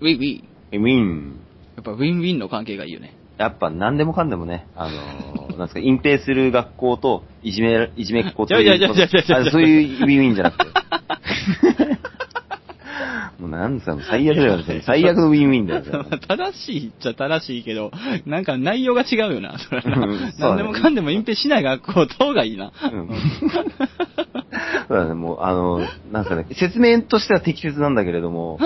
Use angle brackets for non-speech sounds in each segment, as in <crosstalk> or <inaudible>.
ウィンウィン。ウィン。やっぱウィンウィンの関係がいいよね。やっぱ何でもかんでもね、あの <laughs> ー、なんですか、隠蔽する学校と、いじめ、いじめっ子という。いやいやいやいやいやいやあそういうウィンウィンじゃなく <laughs> て。もうなんですか、最悪だよね。最悪のウィンウィンだよね。 <laughs> 正しいっちゃ正しいけ <laughs> ど、なんか内容が違うよな、それはうんそな。何うだねでもかんでも隠蔽しない学校等がいいな。うん。そうだね、もう、あの、なんすかね、説明としては適切なんだけれども、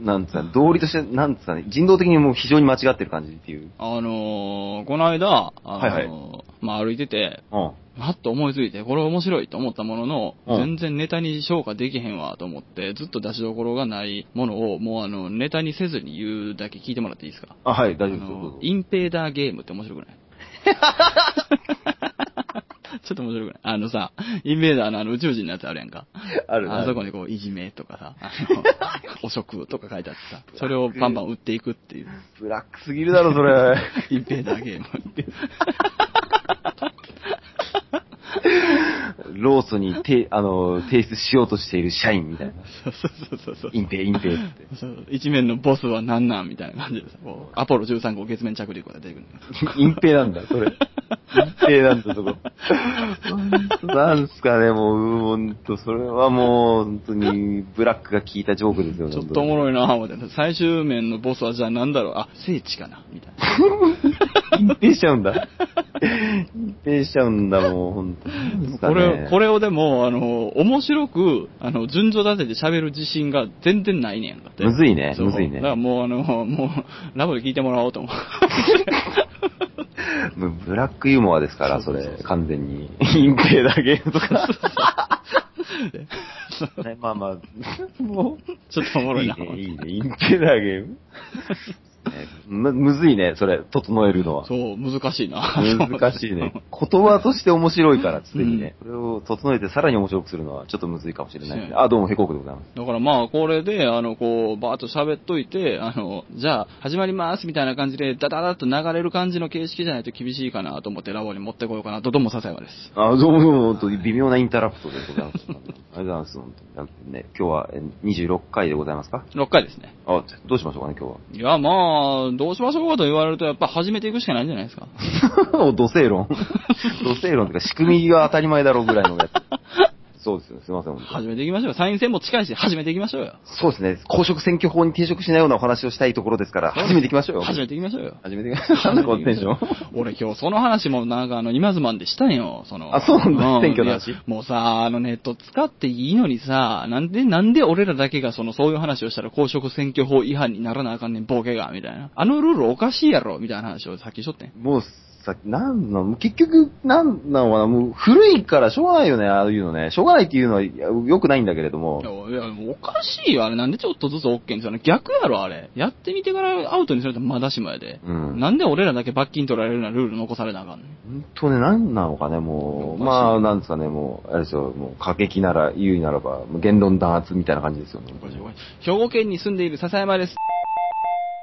なんつうか、道理として、なんつうかね、人道的にもう非常に間違ってる感じっていう。あのー、この間、あのーはいはいまあ歩いてて、うん。はっと思いついて、これ面白いと思ったものの、うん全然ネタに消化できへんわと思って、ずっと出しどころがないものを、もうあの、ネタにせずに言うだけ聞いてもらっていいですかあ、はい、大丈あの夫です。インペーダーゲームって面白くない <laughs> ちょっと面白くないあのさ、インペーダーのあの宇宙人のやつあるやんか。あるあそこにこう、いじめとか <laughs> さ、あの、汚職とか書いてあってさ、それをバンバン売っていくっていう、ブラックすぎるだろ、それ。インペーダーゲーム。ローソンにてあの提出しようとしている社員みたいな。そうそうそうそう。隠蔽、隠蔽って。そう一面のボスは何なんみたいな感じでさ、こう、アポロ13号月面着陸が出てくるのよ。隠蔽 <laughs> なんだ、それ。隠蔽なんだ、そこ。なんすかね、もう、ほんと、それはもう、本当に、ブラックが効いたジョークですよ、ちょっとおもろいなぁ思って、最終面のボスはじゃあ何だろう、あ、聖地かなみたいな。本当に隠蔽しちゃうんだ。隠蔽しちゃうんだ、もう、ほんと。なんすかこねれ、これをでも、あの、面白く、あの、順序立てて喋る自信が全然ないねんかって。むずいねそうむずいねだからもう、あの、 <laughs> もう、ラボで聞いてもらおうと <laughs> 思う。もうブラックユーモアですから、そそうそうれそ、う完全に。隠蔽だ、ゲーム <laughs> とか。 <laughs> ねまあまあ、もう。ちょっとお <laughs> もろいな。いいね、いいね。インテラ <laughs> ゲーム。むむずいね、それ、整えるのは。そう、難しいな難しいね。言葉として面白いから、常にね。それを整えてさらに面白くするのは、ちょっとむずいかもしれなそういね。やあ、どうも、ヘコークでございます。 <laughs> だからまあ、これで、あの、こう、バーッと喋っといて、あの、じゃあ、始まりますみたいな感じで、ダダダッと流れる感じの形式じゃないと厳しいかなと思って、ラボに持ってこようかなと、どうも笹山です。あ、どうもどうも、本当に微妙なインタラプトでございます。ありがとうございます、本当に。ね、今日はえ26回でございますか6回ですね。あ、どうしましょうかね、い今や、まあ、どうしましょうかと言われると、やっぱ始めていくしかないんじゃないですか。日 <laughs> は。お土星論。土星論というか、仕組みが当たり前だろうぐらいのやつ。そうですよ、すいません、本当に始めていきましょう。参院選も近いし、始めていきましょうよ。そうですね。公職選挙法に抵触しないようなお話をしたいところですから、始めていきましょうよ。始めていきましょうよ。始めていきましょ <laughs> う。なんだこのテンション。俺今日その話もなんかあの、今ズマンでしたんよ、その。あそうなんだ選挙の話いやもうさ、あのネット使っていいのにさ、なんで、なんで俺らだけがその、そういう話をしたら公職選挙法違反にならなあかんねん、ボケが、みたいな。あのルールおかしいやろ、みたいな話をさっきしとってん。もうさ、なんなの、結局、なんなのかな、もう古いからしょうがないよね、ああいうのね。しょうがないっていうのは良くないんだけれどいや、も。いやおかしいよ、あれ。なんでちょっとずつ OK にするの逆やろ、あれ。やってみてからアウトにするとまだしもやで。うんなんで俺らだけ罰金取られるようなルール残されなあかんねん。本当ね、なんなのかね、もう。おかしいまあ、なんですかね、もう、あれですよ、もう、過激なら、言うならば、もう言論弾圧みたいな感じですよね。おかしいおかしい兵庫県に住んでいる笹山です。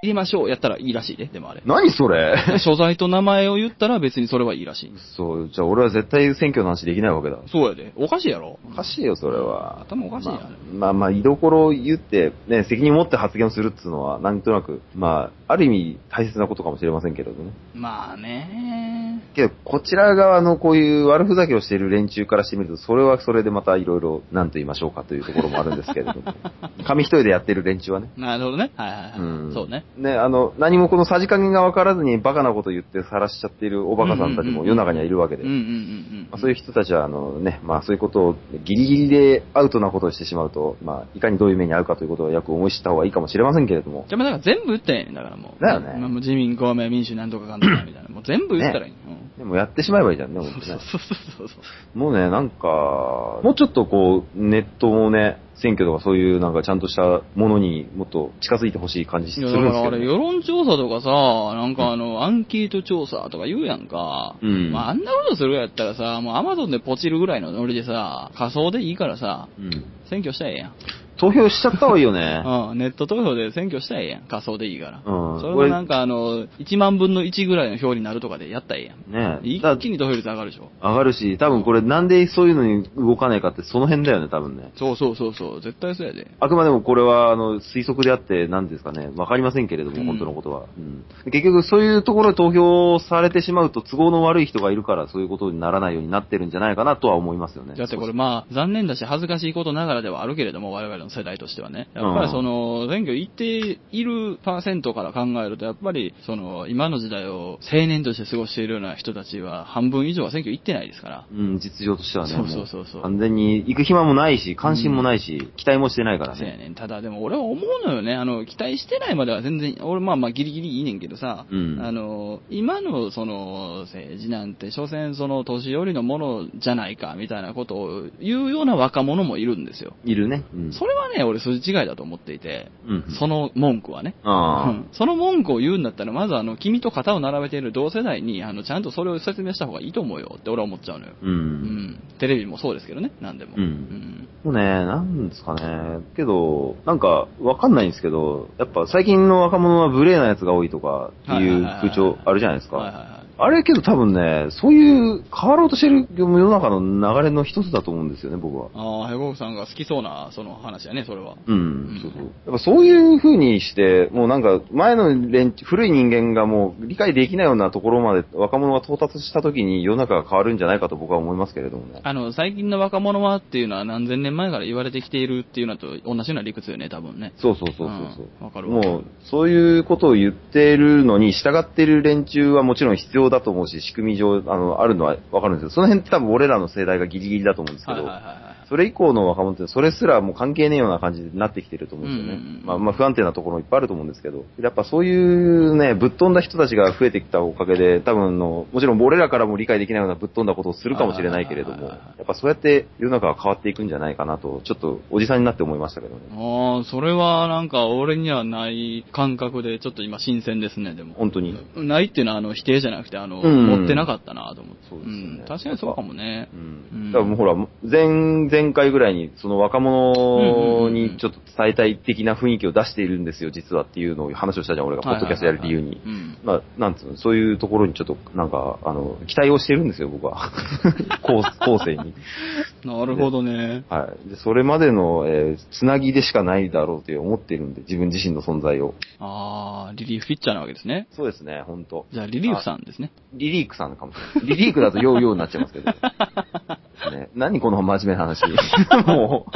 入れましょう。やったらいいらしいで、でもあれ。何それ所在と名前を言ったら別にそれはいいらしい。 <laughs> そう、じゃあ俺は絶対選挙の話できないわけだ。そうやで。おかしいやろおかしいよ、それは。頭おかしいなまあ、まあ、まあ、居所を言って、ね、責任を持って発言をするっていうのは、なんとなく、まあ、ある意味大切なことかもしれませんけれどね。まあねけど、こちら側のこういう悪ふざけをしている連中からしてみると、それはそれでまたいろいろ、なんと言いましょうかというところもあるんですけれども。 <laughs> 紙一重でやってる連中はね。なるほどね。はいはいはい。うんそうね。。ね、あの、何もこのさじ加減がわからずにバカなこと言って晒しちゃっているおバカさんたちも世の中にはいるわけうでんうん。うんまうあ、ん。そういう人たちは、あのね、まあそういうことをギリギリでアウトなことをしてしまうと、まあいかにどういう目に遭うかということをよく思い知った方がいいかもしれませんけれども。じゃあまあだから全部打ったらええねんだからもう。だよねまあもう自民、公明、民主、なんとかかんとかみたいな。もう全部打ったらいいねん。でもやってしまえばいいじゃんね、うん本当そうね。そうそうそう。もうね、なんか、もうちょっとこう、ネットもね、選挙とかそういうなんかちゃんとしたものにもっと近づいてほしい感じすいるや、んだでかすらけあど、れ、ね。世論調査とかさ、なんかあの、アンケート調査とか言うやんか。うんまあ、あんなことするやったらさ、もうアマゾンでポチるぐらいのノリでさ、仮想でいいからさ、うん。選挙したらええやん。投票しちゃった方がいいよね。うん、ネット投票で選挙したらええやん。仮想でいいから。うんそれもなんかあの、1万分の1ぐらいの票になるとかでやったらええやん。ねえ。一気に投票率上がるでしょ。上がるし、多分これなんでそういうのに動かないかってその辺だよね、多分ね。そうそうそうそう、絶対そうやで。あくまでもこれは、あの、推測であって、何ですかね、わかりませんけれども、うん本当のことは、うん結局、そういうところで投票されてしまうと、都合の悪い人がいるから、そういうことにならないようになってるんじゃないかなとは思いますよね。だってこれ少し、まあ、残念だし恥ずかしいことながらではあるけれども、我々の世代としてはね。やっぱりその、選挙行っているパーセントから考えると、やっぱり、その、今の時代を青年として過ごしているような人たちは、半分以上は選挙行ってないですから。うん、実情としてはね、そうそうそうそうも完全に行く暇もないし、関心もないし、期待もしてないからそうやね。ねん。ただでも俺は思うのよね。あの、期待してないまでは全然、俺まあまあギリギリいいねんけどさ、うんあの、今のその政治なんて、所詮その年寄りのものじゃないか、みたいなことを言うような若者もいるんですよ。いるね。うん。それはね、俺筋違いだと思っていて、うんその文句はね。うあんその文句を言うんだったら、まずあの、君と肩を並べている同世代に、あの、ちゃんとそれを説明した方がいいと思うよって俺は思っちゃうのよ。あ。うん。うん。テレビもそうですけどね、なんでも。うんもうね、なんですかね。けど、なんか、わかんないんですけど、やっぱ最近の若者は無礼なやつが多いとかっていう風潮あるじゃないですか。はいはいはい。あれけど多分ね、そういう変わろうとしてる世の中の流れの一つだと思うんですよね、僕は。ああ、ヘコクさんが好きそうな、その話やね、それは。うん、そうそう。やっぱそういう風にして、もうなんか前の連中、古い人間がもう理解できないようなところまで若者が到達した時に世の中が変わるんじゃないかと僕は思いますけれどもね。あの、最近の若者はっていうのは何千年前から言われてきているっていうのと同じような理屈よね、多分ね。そうそうそうそうそう。うんわかるわもう、そういうことを言ってるのに従ってる連中はもちろん必要だと思うし、仕組み上、あの、あるのはわかるんですよ。その辺って多分俺らの世代がギリギリだと思うんですけはいど、はいはいはい。それ以降の若者ってそれすらもう関係ねえような感じになってきてると思うんですよね。うんうんうんまあまあ不安定なところもいっぱいあると思うんですけど、やっぱそういうね、ぶっ飛んだ人たちが増えてきたおかげで、多分あの、もちろん俺らからも理解できないようなぶっ飛んだことをするかもしれないけれども、はいはいやはいはいっぱそうやって世の中が変わっていくんじゃないかなと、ちょっとおじさんになって思いましたけどね。ああ、それはなんか俺にはない感覚で、ちょっと今新鮮ですね、でも。本当に。ないっていうのはあの否定じゃなくて、あの、うん持ってなかったなと思って。そうですよねん確かにそうかもね。うんだからもうほら、前、前回ぐらいに、その若者にちょっと伝えたい的な雰囲気を出しているんですよ、実はっていうのを話をしたじゃん、俺が、ポッドキャストやる理由に。はいはいはいはいうんまあ、なんつうの、そういうところにちょっと、なんか、あの、期待をしてるんですよ、<laughs> 僕は。後後世に。なるほどね。はい。で、それまでの、えーつなぎでしかないだろうという思ってるんで、自分自身の存在を。ああ、リリーフピッチャーなわけですね。そうですね、ほんと。じゃあ、リリーフさんですね。リリークさんかもしれない。リリークだとヨーヨーになっちゃいま <laughs> すけど。ね、何この真面目な話。もう。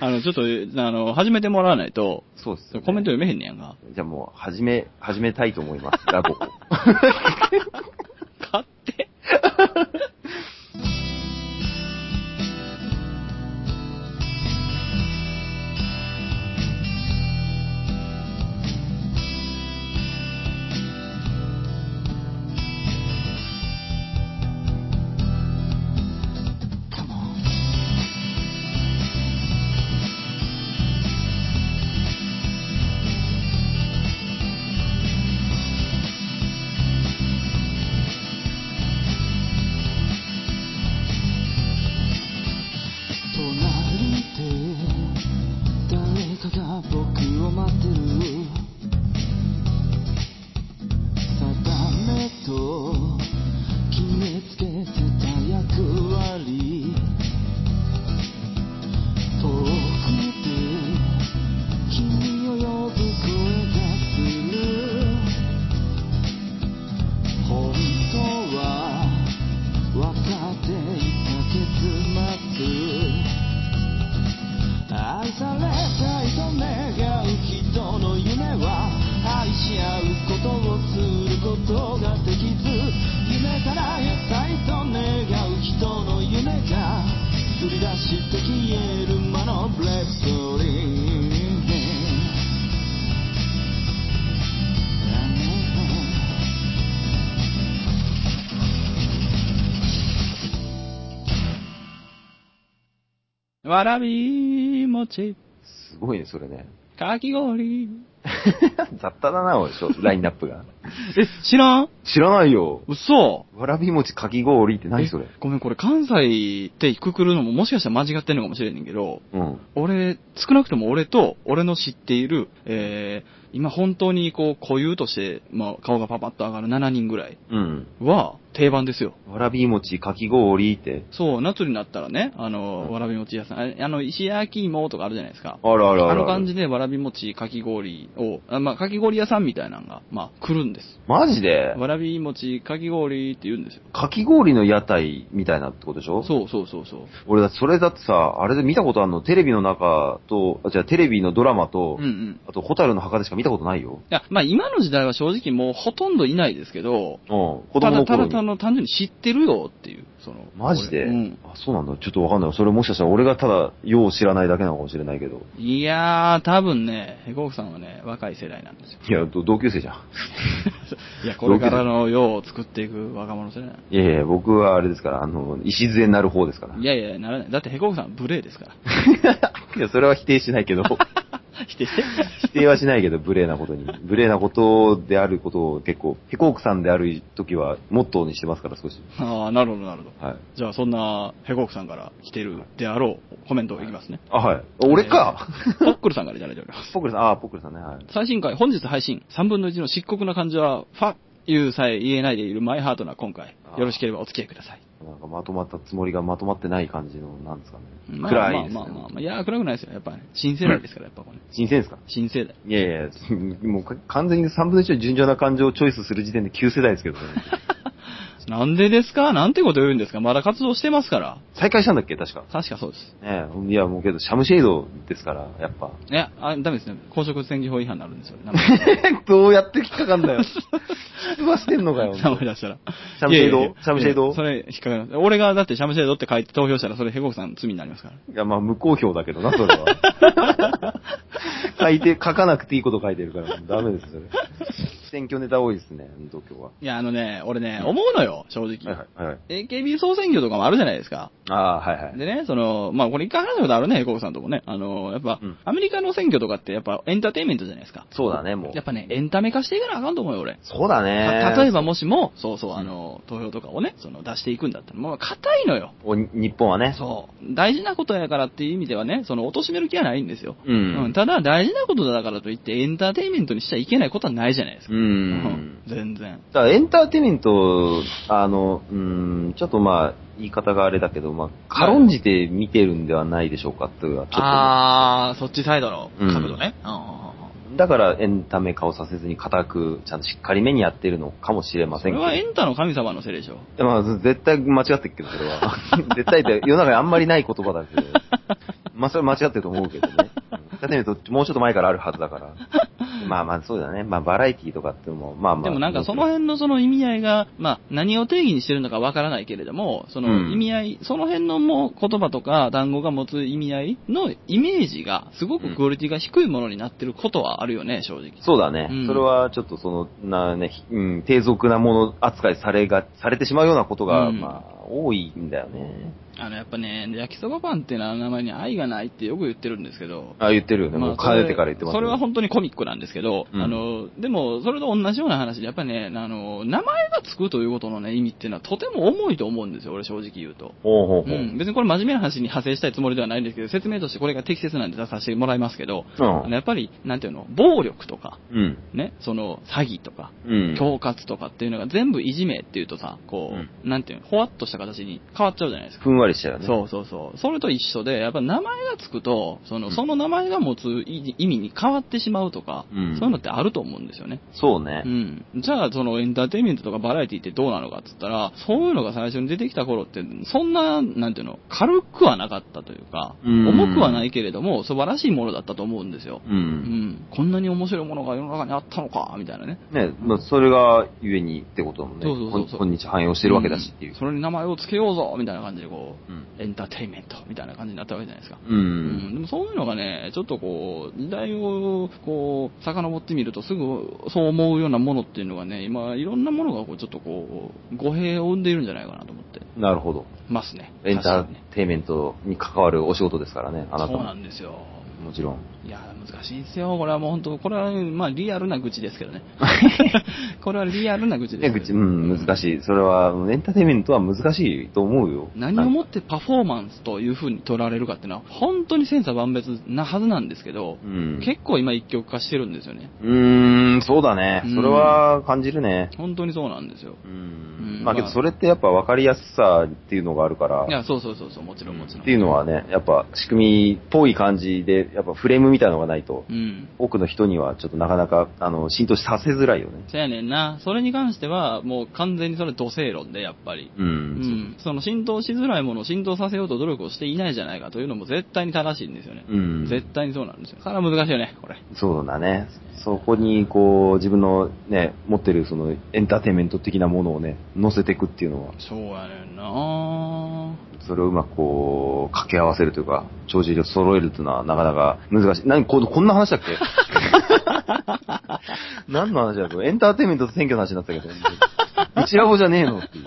あの、ちょっと、あの、始めてもらわないと、そうっす、コメント読めへんねやんか。じゃあもう、始め、始めたいと思います。ラボ <laughs> を。買って。隣で誰かが僕を待ってる定めと決めつけてた役割遠くで君を呼ぶ声がする本当は分かっていた結末愛されたいと願う人の夢は愛し合うことをすることができず夢から得たいと願う人の夢が釣り出して消える魔のブレストリーわらび餅、すごいね、それね。かき氷、雑多だな、おい、しょラインナップが。え、知らん知らないよ。嘘わらび餅かき氷って何それえごめん、これ関西ってくくるのももしかしたら間違ってんのかもしれんねんけど、うん。俺、少なくとも俺と、俺の知っている、えー、今本当にこう、固有として、まあ、顔がパパッと上がる7人ぐらいうん。は、定番ですよ。わらび餅かき氷って。そう、夏になったらね、あの、うんわらび餅屋さん、あれあの、石焼き芋とかあるじゃないですか。あるあるあるああるの感じで、わらび餅、かき氷を、あまあ、かき氷屋さんみたいなのが、まあ、来るんです。マジでわらび餅、かき氷って言うんですよ。かき氷の屋台みたいなってことでしょう。そうそうそうそう。俺だってそれだってさ、あれで見たことあるのテレビの中と、あ、じゃあテレビのドラマと、うんうん。あとホタルの墓でしか見たことないよ。いや、まあ今の時代は正直もうほとんどいないですけど、うん。子た供のだた頃だに。ただ単純に知ってるよっていう、その。マジで、俺うん。あ、そうなんだ。ちょっとわかんない。それもしかしたら俺がただ、よう知らないだけなのかもしれないけど。いやー、多分ね、ヘコークさんはね、若い世代なんですよ。いや、ど同級生じゃん。い <laughs> や、これからの世を作っていく若者世代いやいや、僕はあれですから、あの、礎になる方ですから。いやいや、ならない。だってヘコークさんは無礼ですから。 <laughs> いや、それは否定し <laughs> ないけど、否定して。 <laughs> 否定はしないけど、無礼なことに。無礼なことであることを結構、ヘコークさんである時は、モットーにしてますから、少し。あー、なるほど、なるほど。はい。じゃあそんなヘコークさんから来てるであろうコメントいきますね。あ、はい。俺か、えーポックルさんからいただいております。ポックルさん、あ、ポックルさんね、はい。最新回、本日配信、3分の1の漆黒な感じは、ファいうさえ言えないでいるマイハートな今回あ、ーよろしければお付き合いください。なんかまとまったつもりがまとまってない感じの、なんですかね。まあ暗いです、ね。まあまあまあまあ、いやー、暗くないですよ。やっぱね、新世代ですから、やっぱこれ、ね。新鮮ですか新世代。いやいや、もうか完全に3分の1の順調な感情をチョイスする時点で旧世代ですけどね。なんでですかなんてこと言うんですかまだ活動してますから。再開したんだっけ確か。確かそうです。ねえ、いやもうけど、シャムシェードですから、やっぱ。いや、あ、ダメですね。公職選挙法違反になるんですよ。名 <laughs> どうやって引っかかんだよ。出馬してん <laughs> のかよ。前名前出したら。シャムシェードいやいやいやシャムシェードいやそれ引っかかります。俺がだってシャムシェードって書いて投票したら、それヘコクさん罪になりますから。いや、まあ、無公表だけどな、それは。書いて、書かなくていいこと書いてるから、ダメです、それ。選挙ネタ多いですね、本当今いや、あのね、俺ね、思うのよ、正直。日は。はいはい。はい。 AKB 総選挙とかもあるじゃないですか。ああ、はいはい。でね、その、まあ、これ一回話したことあるね、ヘコーさんともね。あの、やっぱ、うんアメリカの選挙とかってやっぱエンターテインメントじゃないですか。そうだね、もうや。っぱね、エンタメ化していかなあかんと思うよ、俺。そうだね。た例えばもしも、そうそう、あの、投票とかをね、その出していくんだったら、もう硬いのよ。おに日本はね。そう。大事なことやからっていう意味ではね、その、貶める気はないんですよ。ううん、ん。ただ、大事なことだからといって、エンターテインメントにしちゃいけないことはないじゃないですか。ううんん。全然。だからエンターテイメント、あの、うん、ちょっとまあ、言い方があれだけど、まあ、軽んじて見てるんではないでしょうか、というのはちょっあー、そっちサイドの角度ね。うんうんうんうんと。だから、エンタメ化をさせずに固く、ちゃんとしっかりめにやってるのかもしれまそせんれけど。はエンタの神様のせいでしょ。いやまあ、絶対間違ってるけど、それ <laughs> は。絶対って、世の中にあんまりない言葉だけど。まあ、それは間違ってると思うけどね。うんだってみると、もうちょっと前からあるはずだから。まあまあ、そうだね。まあ、バラエティとかっていうのも、まあまあ。でもなんかその辺のその意味合いが、まあ何を定義にしてるのかわからないけれども、そのうん意味合い、その辺のもう言葉とか単語が持つ意味合いのイメージがすごくクオリティが低いものになってることはあるよね、正直。そうだね。うんそれはちょっとその、なね、ひうん、低俗なもの扱いされが、されてしまうようなことが、うんまあ、多いんだよね。あのやっぱね、焼きそばパンっていうのは名前に愛がないってよく言ってるんですけど、あ、言ってるよね。まあもう、かねてから言ってます、ねそれは本当にコミックなんですけど、うんあの、でも、それと同じような話で、やっぱりね、あの、名前がつくということのね、意味っていうのはとても重いと思うんですよ、俺正直言うと。ほうほううほう。ん、別にこれ真面目な話に派生したいつもりではないんですけど、説明としてこれが適切なんで出させてもらいますけど、あのやっぱり、なんていうの、暴力とか、うん。ね、その、詐欺とか、うん。恐喝とかっていうのが全部いじめっていうとさ、こう、なんていうの、ほわっとした形に変わっちゃうじゃないですか。ふんわりしたよね。そうそうそう。それと一緒で、やっぱ名前がつくと、その、うんその名前が持つ意意味に変わってしまうとか、うんそういうのってあると思うんですよね。そうねう。ん。じゃあ、そのエンターテインメントとかバラエティってどうなのかって言ったら、そういうのが最初に出てきた頃って、そんな、なんていうの、軽くはなかったというか、うん重くはないけれども、素晴らしいものだったと思うんですよ。う。うんん。こんなに面白いものが世の中にあったのか、みたいなね。ね、まあ、それが、ゆえにってことだもんね。そうそうそうそう。こん今日反映してるわけだしっていうんそれに名前を付けようぞ、みたいな感じでこう、うん。エンターテインメント、みたいな感じになったわけじゃないですか。ううん、ん。でもそういうのがね、ちょっとこう、時代をこう、遡ってみるとすぐそう思うようなものっていうのがね、今いろんなものがこう、ちょっとこう、語弊を生んでいるんじゃないかなと思ってなるほど。ますね。エンタ確かにねーテイメントに関わるお仕事ですからね、あなたそうもなんですよ。もちろん。いやー、難しいですよ。これはもう本当、これは、まあ、リアルな愚痴ですけど <laughs> ね。これはリアルな愚痴いでや、すけ愚ど痴、うん、難しい。それは、エンターテインメントは難しいと思うよ。何をもってパフォーマンスという風に取られるかっていうのは、本当に千差万別なはずなんですけど、うん。結構今一極化してるんですよね。うーん、そうだねうん。それは感じるね。本当にそうなんですよ。ううんん。まあけまど、あそれってやっぱ分かりやすさっていうのがあるからい、や、そうそうそうそう、もちろんもちろん。っていうのはね、やっぱ仕組みっぽい感じで、やっぱフレームみたいのがないと、うん。多くの人にはちょっとなかなか、あの、浸透させづらいよね。そやねんな。それに関しては、もう完全にそれ土星論で、やっぱり。う。うんん。その浸透しづらいものを浸透させようと努力をしていないじゃないかというのも絶対に正しいんですよね。うん。絶対にそうなんですよ。だから難しいよね、これ。そうだね。そこに、こう、自分のね、持ってるそのエンターテインメント的なものをね、乗せていくっていうのは、そうやねんなそれをうまくこう、掛け合わせるというか、帳尻を揃えるというのはなかなか難しい。何、ここんな話だっけ <laughs> 何の話だろうエンターテインメントと選挙の話になったけど、うちらぼじゃねえのっていう。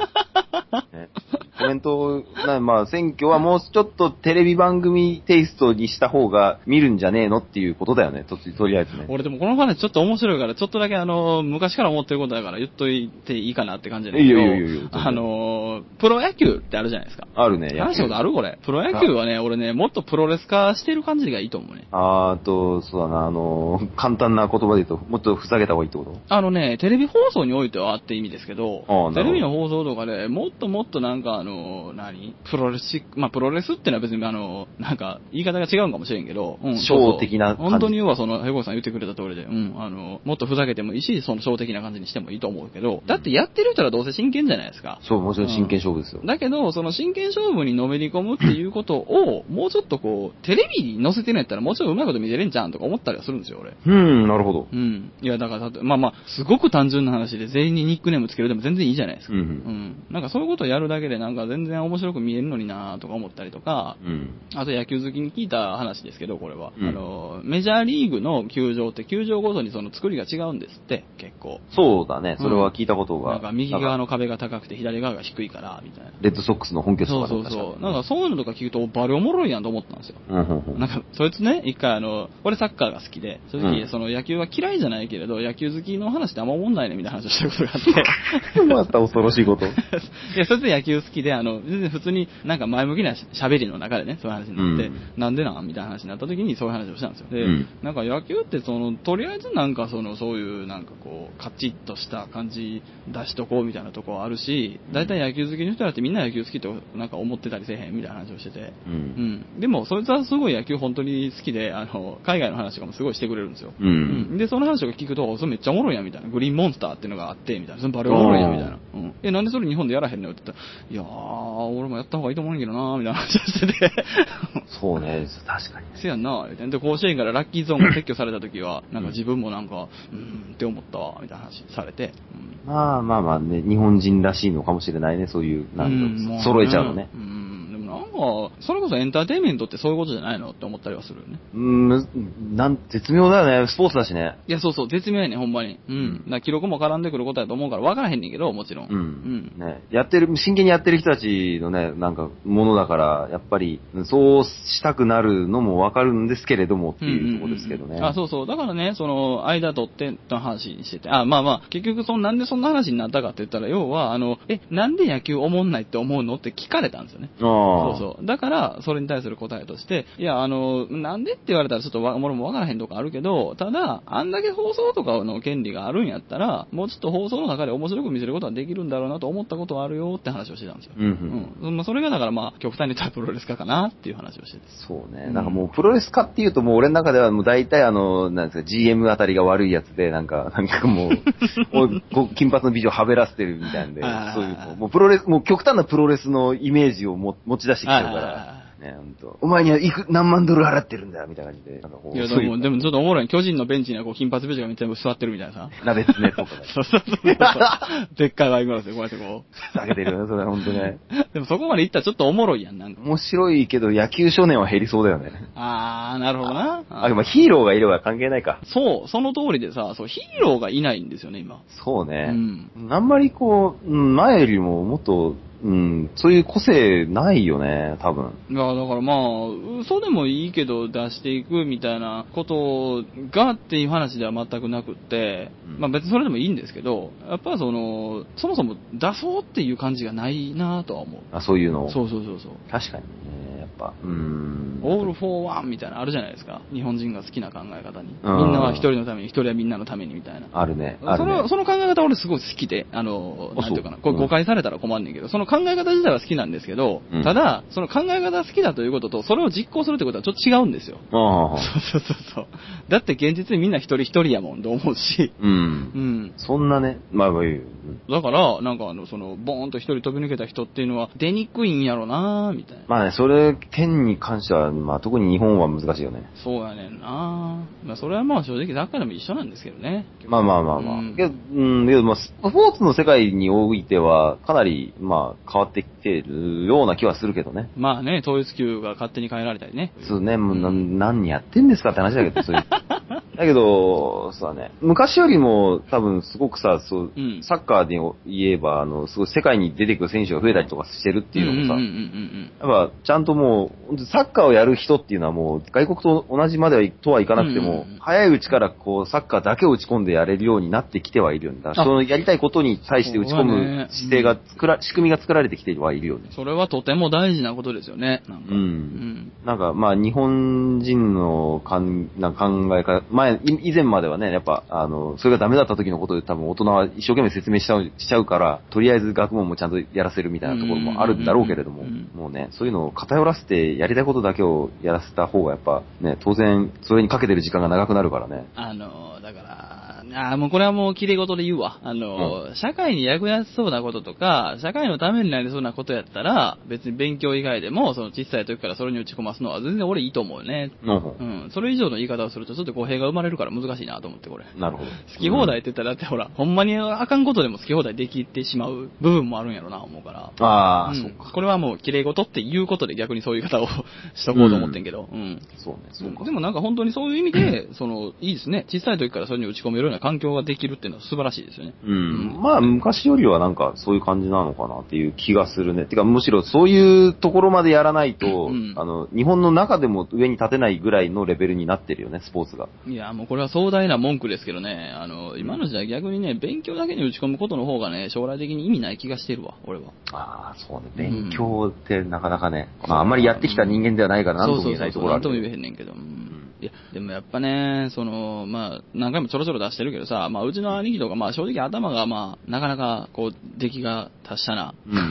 ねコメントをな、まあ選挙はもうちょっとテレビ番組テイストにした方が見るんじゃねえのっていうことだよね、ととりあえずね。俺でもこの話ちょっと面白いから、ちょっとだけあの、昔から思ってることだから言っといていいかなって感じなんだけどいいよいいよいいよ全然あの、プロ野球ってあるじゃないですか。あるね、話したことあるこれ。プロ野球はね、俺ね、もっとプロレス化してる感じがいいと思うね。あーと、そうだな、あの、簡単な言葉で言うと、もっとふざけた方がいいってことあのね、テレビ放送においてはって意味ですけどああ、なテるほレどビの放送とかでもっともっとなんかあの、何プロレスチック、まあプロレスってのは別にあの、なんか言い方が違うんかもしれんけど、うん、ショーそうそう的な感じ本当に要はその、ヘゴさん言ってくれた通りで、うん、あの、もっとふざけてもいいし、そのショー的な感じにしてもいいと思うけど、だってやってる人はどうせ真剣じゃないですか。そう、もちろん真剣勝負ですよ。だけど、その真剣勝負にのめり込むっていうことを、もうちょっとこう、テレビに載せてるんやったらもうちょっとうまいこと見れるんじゃうんとか思ったりはするんですよ、俺。うん、なるほど。うん。いや、だから、たとまあまあ、すごく単純な話で、全員にニックネームつけるでも全然いいじゃないですう。か。うんん。なんかそういうことをやるだけで、なんか全然面白く見えるのになーとか思ったりとか、うん。あと野球好きに聞いた話ですけど、これは。うんあの、メジャーリーグの球場って、球場ごとにその作りが違うんですって、結構。そうだね、それは聞いたことが。なんか右側の。の壁が高くて、左側が低いから、みたいな。レッドソックスの本拠地とそかうそうそう。なんかかそういうのとか聞くと、バリおもろいやんと思ったんですよ。確かに、うん、ほんほんなんか、そいつね、一回あの、俺サッカーが好きで、正直、うんその野球は嫌いじゃないけれど、野球好きの話ってあんま思んないね、みたいな話をしたことがあって。 <laughs> また恐ろしいこと。いや、そいつ野球好きで、あの、全然普通になんか前向きなし喋りの中でね、そういう話になって、うんなんでなんみたいな話になった時にそういう話をしたんですよ。で、うんなんか野球ってその、とりあえずなんかその、そういうなんかこう、カチッとした感じ出しとこうみたいなとこはあるし、大体野球好きの人だってみんな野球好きとなんか思ってたりせえへんみたいな話をしてて、う。うんん、でも、そいつはすごい野球本当に好きで、あの、海外の話とかもすごいしてくれるんですよ。う。うんん、で、その話を聞くと、それめっちゃおもろいやん、みたいな。グリーンモンスターっていうのがあって、みたいな。それバレおもろいやん、みたいな。うん。え、なんでそれ日本でやらへんのよって言ったら、いやー、俺もやった方がいいと思うんやけどなー、みたいな話をしてて。 <laughs> そうね、確かに。せやんな、みたいな。で、甲子園からラッキーゾーンが撤去された時は、なんか自分もなんか、うーんって思ったわ、みたいな話されて。うんまあまあまあね、日本人らしいのかもしれないね、そういう、なうんんもか、揃えちゃうのね。うん。でもなんか、それこそエンターテインメントってそういうことじゃないのって思ったりはするよね。うん、むなん、絶妙だよね、スポーツだしね。いや、そうそう、絶妙やねん、ほんまに。うん。だから記録も絡んでくることやと思うから分からへんねんけど、もちろん。うんん。ね、やってる、真剣にやってる人たちのね、なんか、ものだから、やっぱり、そうしたくなるのもわかるんですけれども、っていうところですけどね。うんうんうんあ、そうそう。だからね、その、間取っての話にしてて。あ、まあまあ、結局、その、なんでそんな話になったかって言ったら、要は、あの、え、なんで野球思んないって思うのって聞かれたんですよね。あそあ。うそう。だから、それに対する答えとして、いや、あの、なんでって言われたらちょっとわ俺もわからへんとかあるけど、ただ、あんだけ放送とかの権利があるんやったら、もうちょっと放送の中で面白く見せることはできるんだろうなと思ったことはあるよって話をしてたんですよ。うんうんうん。まあ、それがだからまあ、極端に言ったらプロレス化かなっていう話をしてて。そううね。んなんかもうプロレス化っていうともう俺の中ではもう大体あの、なんですか、GM あたりが悪いやつで、なんか、なん <laughs> かもう、もうこう金髪の美女はべらせてるみたいなんであー、そういう、もうプロレス、もう極端なプロレスのイメージをも持ち出してきてるあから。ね、ほんとお前にはいく、何万ドル払ってるんだみたいな感じで。なんかこういや、でそういも、うでもちょっとおもろい。巨人のベンチにはこう、金髪美女がめっちゃ座ってるみたいなさ。鍋つねとかね。そうそうそうそう。 <laughs> でっかいワイングラスでこうやってこふざけて <laughs> るよね、それほんとね。う。でもそこまで行ったらちょっとおもろいやん、なんか。面白いけど野球少年は減りそうだよね。あー、なるほどな。あ、でもヒーローがいれば関係ないか。そう、その通りでさ、そう、ヒーローがいないんですよね、今。そううね。ん。あんまりこう、うん前よりももっとうん、そういう個性ないよね、多分。いや、だからまあ、嘘でもいいけど出していくみたいなことがっていう話では全くなくって、うんまあ別にそれでもいいんですけど、やっぱりその、そもそも出そうっていう感じがないなとは思う。あ、そういうのを。そうそうそうそう。確かにね、やっぱ。うん。オール・フォー・ワンみたいなのあるじゃないですか。日本人が好きな考え方に。みんうんなは一人のために、一人はみんなのためにみたいな。あるね。あそるねのその考え方俺すごい好きで、あの、あなんていうかな、そうこれうん誤解されたら困んねんけど、その考え方自体は好きなんですけど、うんただ、その考え方好きだということと、それを実行するということはちょっと違うん <laughs> ですよ。ああ。そうそうそうそう。だって現実にみんな一人一人やもんと思うし、うんう。ん。そんなね、まあまあいいよ。うんだから、なんかあの、その、ボーンと一人飛び抜けた人っていうのは出にくいんやろなみたいな。まあね、それ、点に関しては、まあ特に日本は難しいよね。そうやねんなまあそれはまあ正直、だからも一緒なんですけどね。まあまあまあまあ。うんけど、うん、けどまあ、スポーツの世界においては、かなり、まあ、変わってきてるような気はするけどね。まあね、統一級が勝手に変えられたりね。そうね、もうな、うん何やってんですかって話だけど、そう <laughs> いう。だけど、そうだね。昔よりも、多分、すごくさ、そう、うんサッカーで言えば、あの、すごい世界に出てくる選手が増えたりとかしてるっていうのもさ、んうんうんうんやっぱ、ちゃんともう、本当にサッカーをやる人っていうのはもう、外国と同じまではいとはいかなくても、うんうん早いうちからこう、サッカーだけを打ち込んでやれるようになってきてはいるよね。だからあそのやりたいことに対して打ち込そうだねむ姿勢が作ら、仕組みが作られてきてはいるよねうん。。それはとても大事なことですよね。なんかう。うんんなんか、まあ、日本人のかんなんか考え方、前、い以前まではね、やっぱ、あの、それがダメだった時のことで多分大人は一生懸命説明しちゃうしちゃうから、とりあえず学問もちゃんとやらせるみたいなところもあるんだろうけれども、うんもうね、そういうのを偏らせて、やりたいことだけをやらせた方がやっぱ、ね、当然、それにかけてる時間が長くなるからね。あの、だから、あーもうこれはもう綺麗事で言うわ。あの、社会に役立ちそうなこととか、社会のためになりそうなことやったら、別に勉強以外でも、その小さい時からそれに打ち込ますのは全然俺いいと思うね。うんうん。それ以上の言い方をするとちょっと語弊が生まれるから難しいなと思って、これ。なるほど。好き放題って言ったら、だってほら、ほんまにあかんことでも好き放題できてしまう部分もあるんやろな、思うから。ああ、うんそうか。これはもう綺麗事っていうことで逆にそういう言い方を <laughs> しとこうと思ってんけど。うん。そうね、そうか。でもなんか本当にそういう意味 <clears throat> で、その、いいですね。小さい時からそれに打ち込めるような環境ができるっていうのは素晴らしいですよね。うん。まあ、昔よりはなんかそういう感じなのかなっていう気がするね。てか、むしろそういうところまでやらないと、うんあの、日本の中でも上に立てないぐらいのレベルになってるよね、スポーツが。いや、もうこれは壮大な文句ですけどね、あの、今の時代逆にね、勉強だけに打ち込むことの方がね、将来的に意味ない気がしてるわ、俺は。ああ、そうね。うん勉強ってなかなかね、まあ、あんまりやってきた人間ではないから、なんとも言えないところあそうそうそうなんともる言えね。へんねんけど。うんいや、でもやっぱね、その、まあ、何回もちょろちょろ出してるけどさ、まあ、うちの兄貴とか、まあ、正直頭が、まあ、なかなか、こう、出来が達者なうん。 <laughs>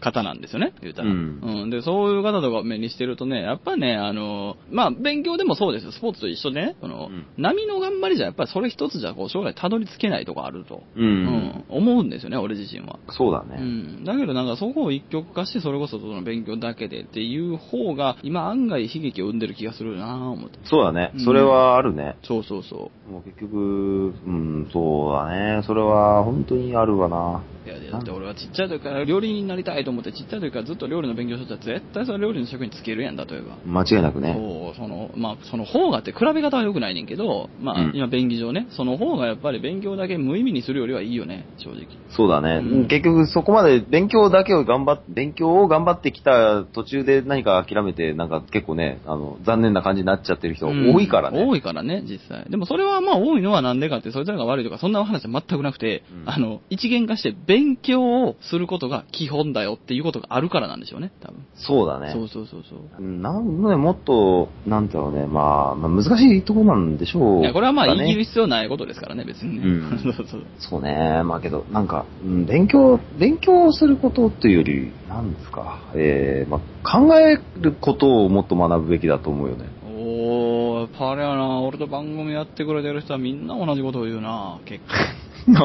方なんですよね、言うたら。ううんん。で、そういう方とか目にしてるとね、やっぱね、あの、まあ、勉強でもそうですよ、スポーツと一緒でね、その、うん波の頑張りじゃ、やっぱりそれ一つじゃ、こう、将来たどり着けないとかあると、うん。うん、思うんですよね、俺自身は。そうだうね。ん、だけどなんかそこを一極化してそれこそその勉強だけでっていう方が今案外悲劇を生んでる気がするなぁ思って。そうだねうん。それはあるね。そうそうそもう結局、うん、そうだね。それは本当にあるわな。う。いや、だって俺はちっちゃい時から料理人になりたいと思ってちっちゃい時からずっと料理の勉強しとったら絶対その料理の職につけるやん、例えば。間違いなくね。そう、その、まあ、その方がって比べ方は良くないねんけど、まあ、うん今便宜上ね、その方がやっぱり勉強だけ無意味にするよりはいいよね、正直。そうだね。うん結局そこまで勉強だけを頑張っ、勉強を頑張ってきた途中で何か諦めて、なんか結構ね、あの、残念な感じになっちゃってる人が多いからね。うん多いからね、実際。でもそれはまあ多いのはなんでかって、そいつらが悪いとか、そんなお話は全くなくて、うんあの、一元化して勉強をすることが基本だよっていうことがあるからなんでしょうね、多分。そうだね。そうそうそうそう。なんね、もっと、なんだろうね、まあ、まあ、難しいところなんでしょう、いや、これはまあ言い切るる。必要ないことですからね、別にね。う <laughs> んそうそう。そうね、まあけど、なんか、うん勉強、勉強をすることっていうより、なんですか、えー、まあ、考えることをもっと学ぶべきだと思うよね。 <laughs> おー、やっぱあれやな、俺と番組やってくれてる人はみんな同じことを言うな、結構。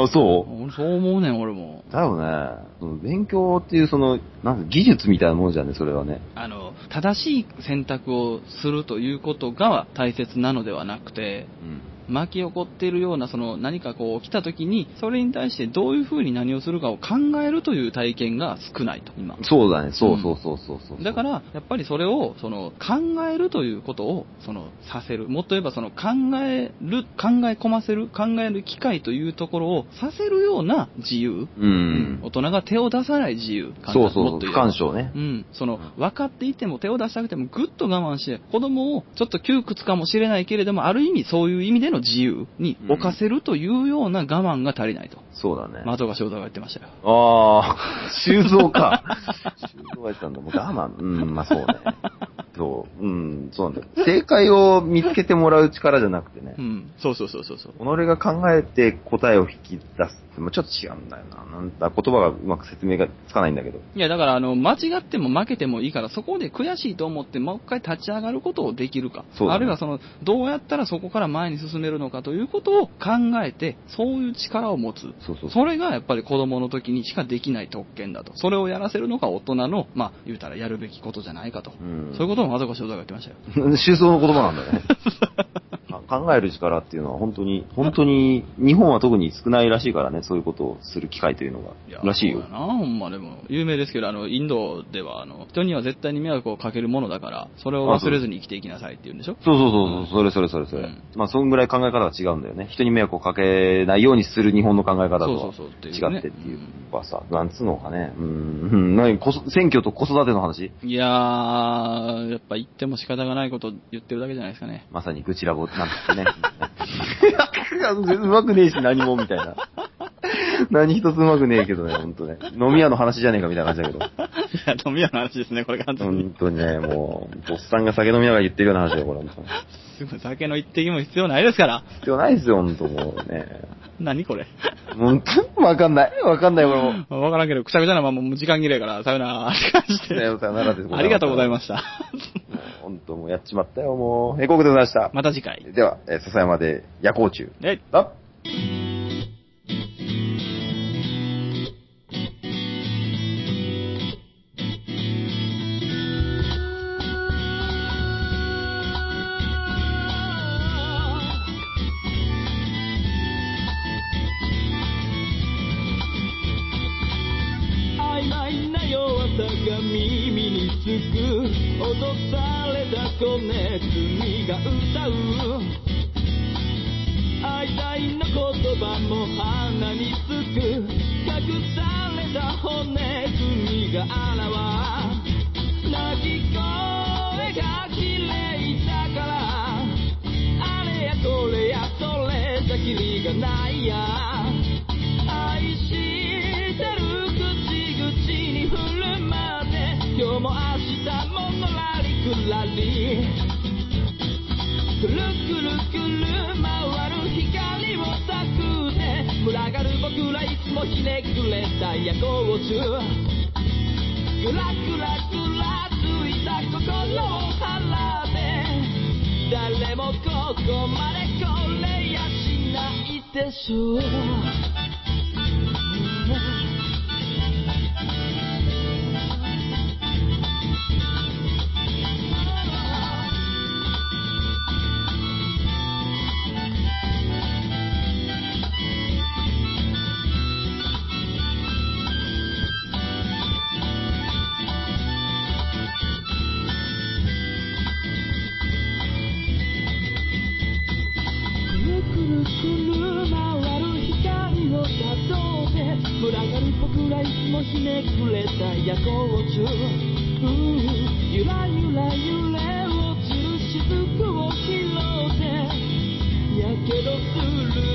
あ、そう俺そう思うねん、俺も。だよね。その勉強っていう、その、なんか技術みたいなもんじゃんね、それはね。あの、正しい選択をするということが大切なのではなくて、うん。巻き起こっているような、その何かこう来た時に、それに対してどういう風に何をするかを考えるという体験が少ないと、今。そうだね、そうそうそうそうそう、だから、やっぱりそれを、その、考えるということを、その、させる。もっと言えば、その、考える、考え込ませる、考える機会というところをさせるような自由。うん、大人が手を出さない自由。そうそうそもっとう、言え不ば干渉ねう。ん、そのうん分かっていても手を出したくてもぐっと我慢して、子供をちょっと窮屈かもしれないけれども、ある意味そういう意味での自由に置かせるというような我慢が足りないと、そうだね。松岡修太が言ってましたよ。ああ、 <laughs> 修造か。修造が言ってたんだ。もう我慢。うん、まあそうね。そう、うん、そうなんだよ。正解を見つけてもらう力じゃなくてねう。ん、そうそうそうそうそう。己が考えて答えを引き出すって、もうちょっと違うんだよな。なんだ、言葉がうまく説明がつかないんだけど。いや、だから、あの、間違っても負けてもいいから、そこで悔しいと思って、もう一回立ち上がることをできるか。そうだねあるいは、その、どうやったらそこから前に進めるのかということを考えて、そういう力を持つ。そうそうそう。それがやっぱり子供の時にしかできない特権だと。それをやらせるのが大人の、まあ、言うたらやるべきことじゃないかと。うんそういうことも松岡修造が言ってましたよ。 <laughs> 修造の言葉なんだ <laughs> ね。あ考える力っていうのは本当に、本当に、日本は特に少ないらしいからね、そういうことをする機会というのが、らしいそようや。な、ほんまでも。有名ですけど、あの、インドでは、あの、人には絶対に迷惑をかけるものだから、それを忘れずに生きていきなさいって言うんでしょそうそうそうそう、それそれそれそれ。うんまあ、そんぐらい考え方が違うんだよね。人に迷惑をかけないようにする日本の考え方そとはうそうそうっていうね違ってっていううんかさ、なんつうのかね。うん、うん、何、こそ選挙と子育ての話いやー、やっぱ言っても仕方がないこと言ってるだけじゃないですかね。まさに愚痴ラボなんですね。全然うまくねえし、何も、みたいな。 <laughs> 何一つうまくねえけどね、ほんとね。飲み屋の話じゃねえかみたいな感じだけ <laughs> ど。いや、飲み屋の話ですね、これ完全ほんに。とにね、もう、おっさんが酒飲みながら言ってるような話だよ、これ。ほんとすごい、酒の一滴も必要ないですから。必要ないですよ、ほんともうね。何これ。ほんと、わかんない。わかんない、俺も。わからんけど、くしゃくしゃなままもう時間切れやから、さよなら、って感じさで。よならですありがとうございました。 <laughs> もう本当もうやっちまったよ、もう。え、ご苦労様でした。また次回。では、えー笹山で夜行中。えいあ曖昧な弱さが耳につく脅された子ネズミが歌う愛戴の言葉も鼻につく隠された骨組みが現る泣き声が綺麗だからあれやこれやそれじゃきりがないや愛してる口々に振るまで今日も明日ものらりくらりくるくるくる回る光をたくね群がる僕らいつもひねくれた夜行中ぐらぐらぐらついた心を腹で誰もここまでこれやしないでしょうくるくるくる回る光をたどって群がる僕らいつもひねくれた夜行中うんゆらゆら揺れ落ちる雫を拾ってやけどする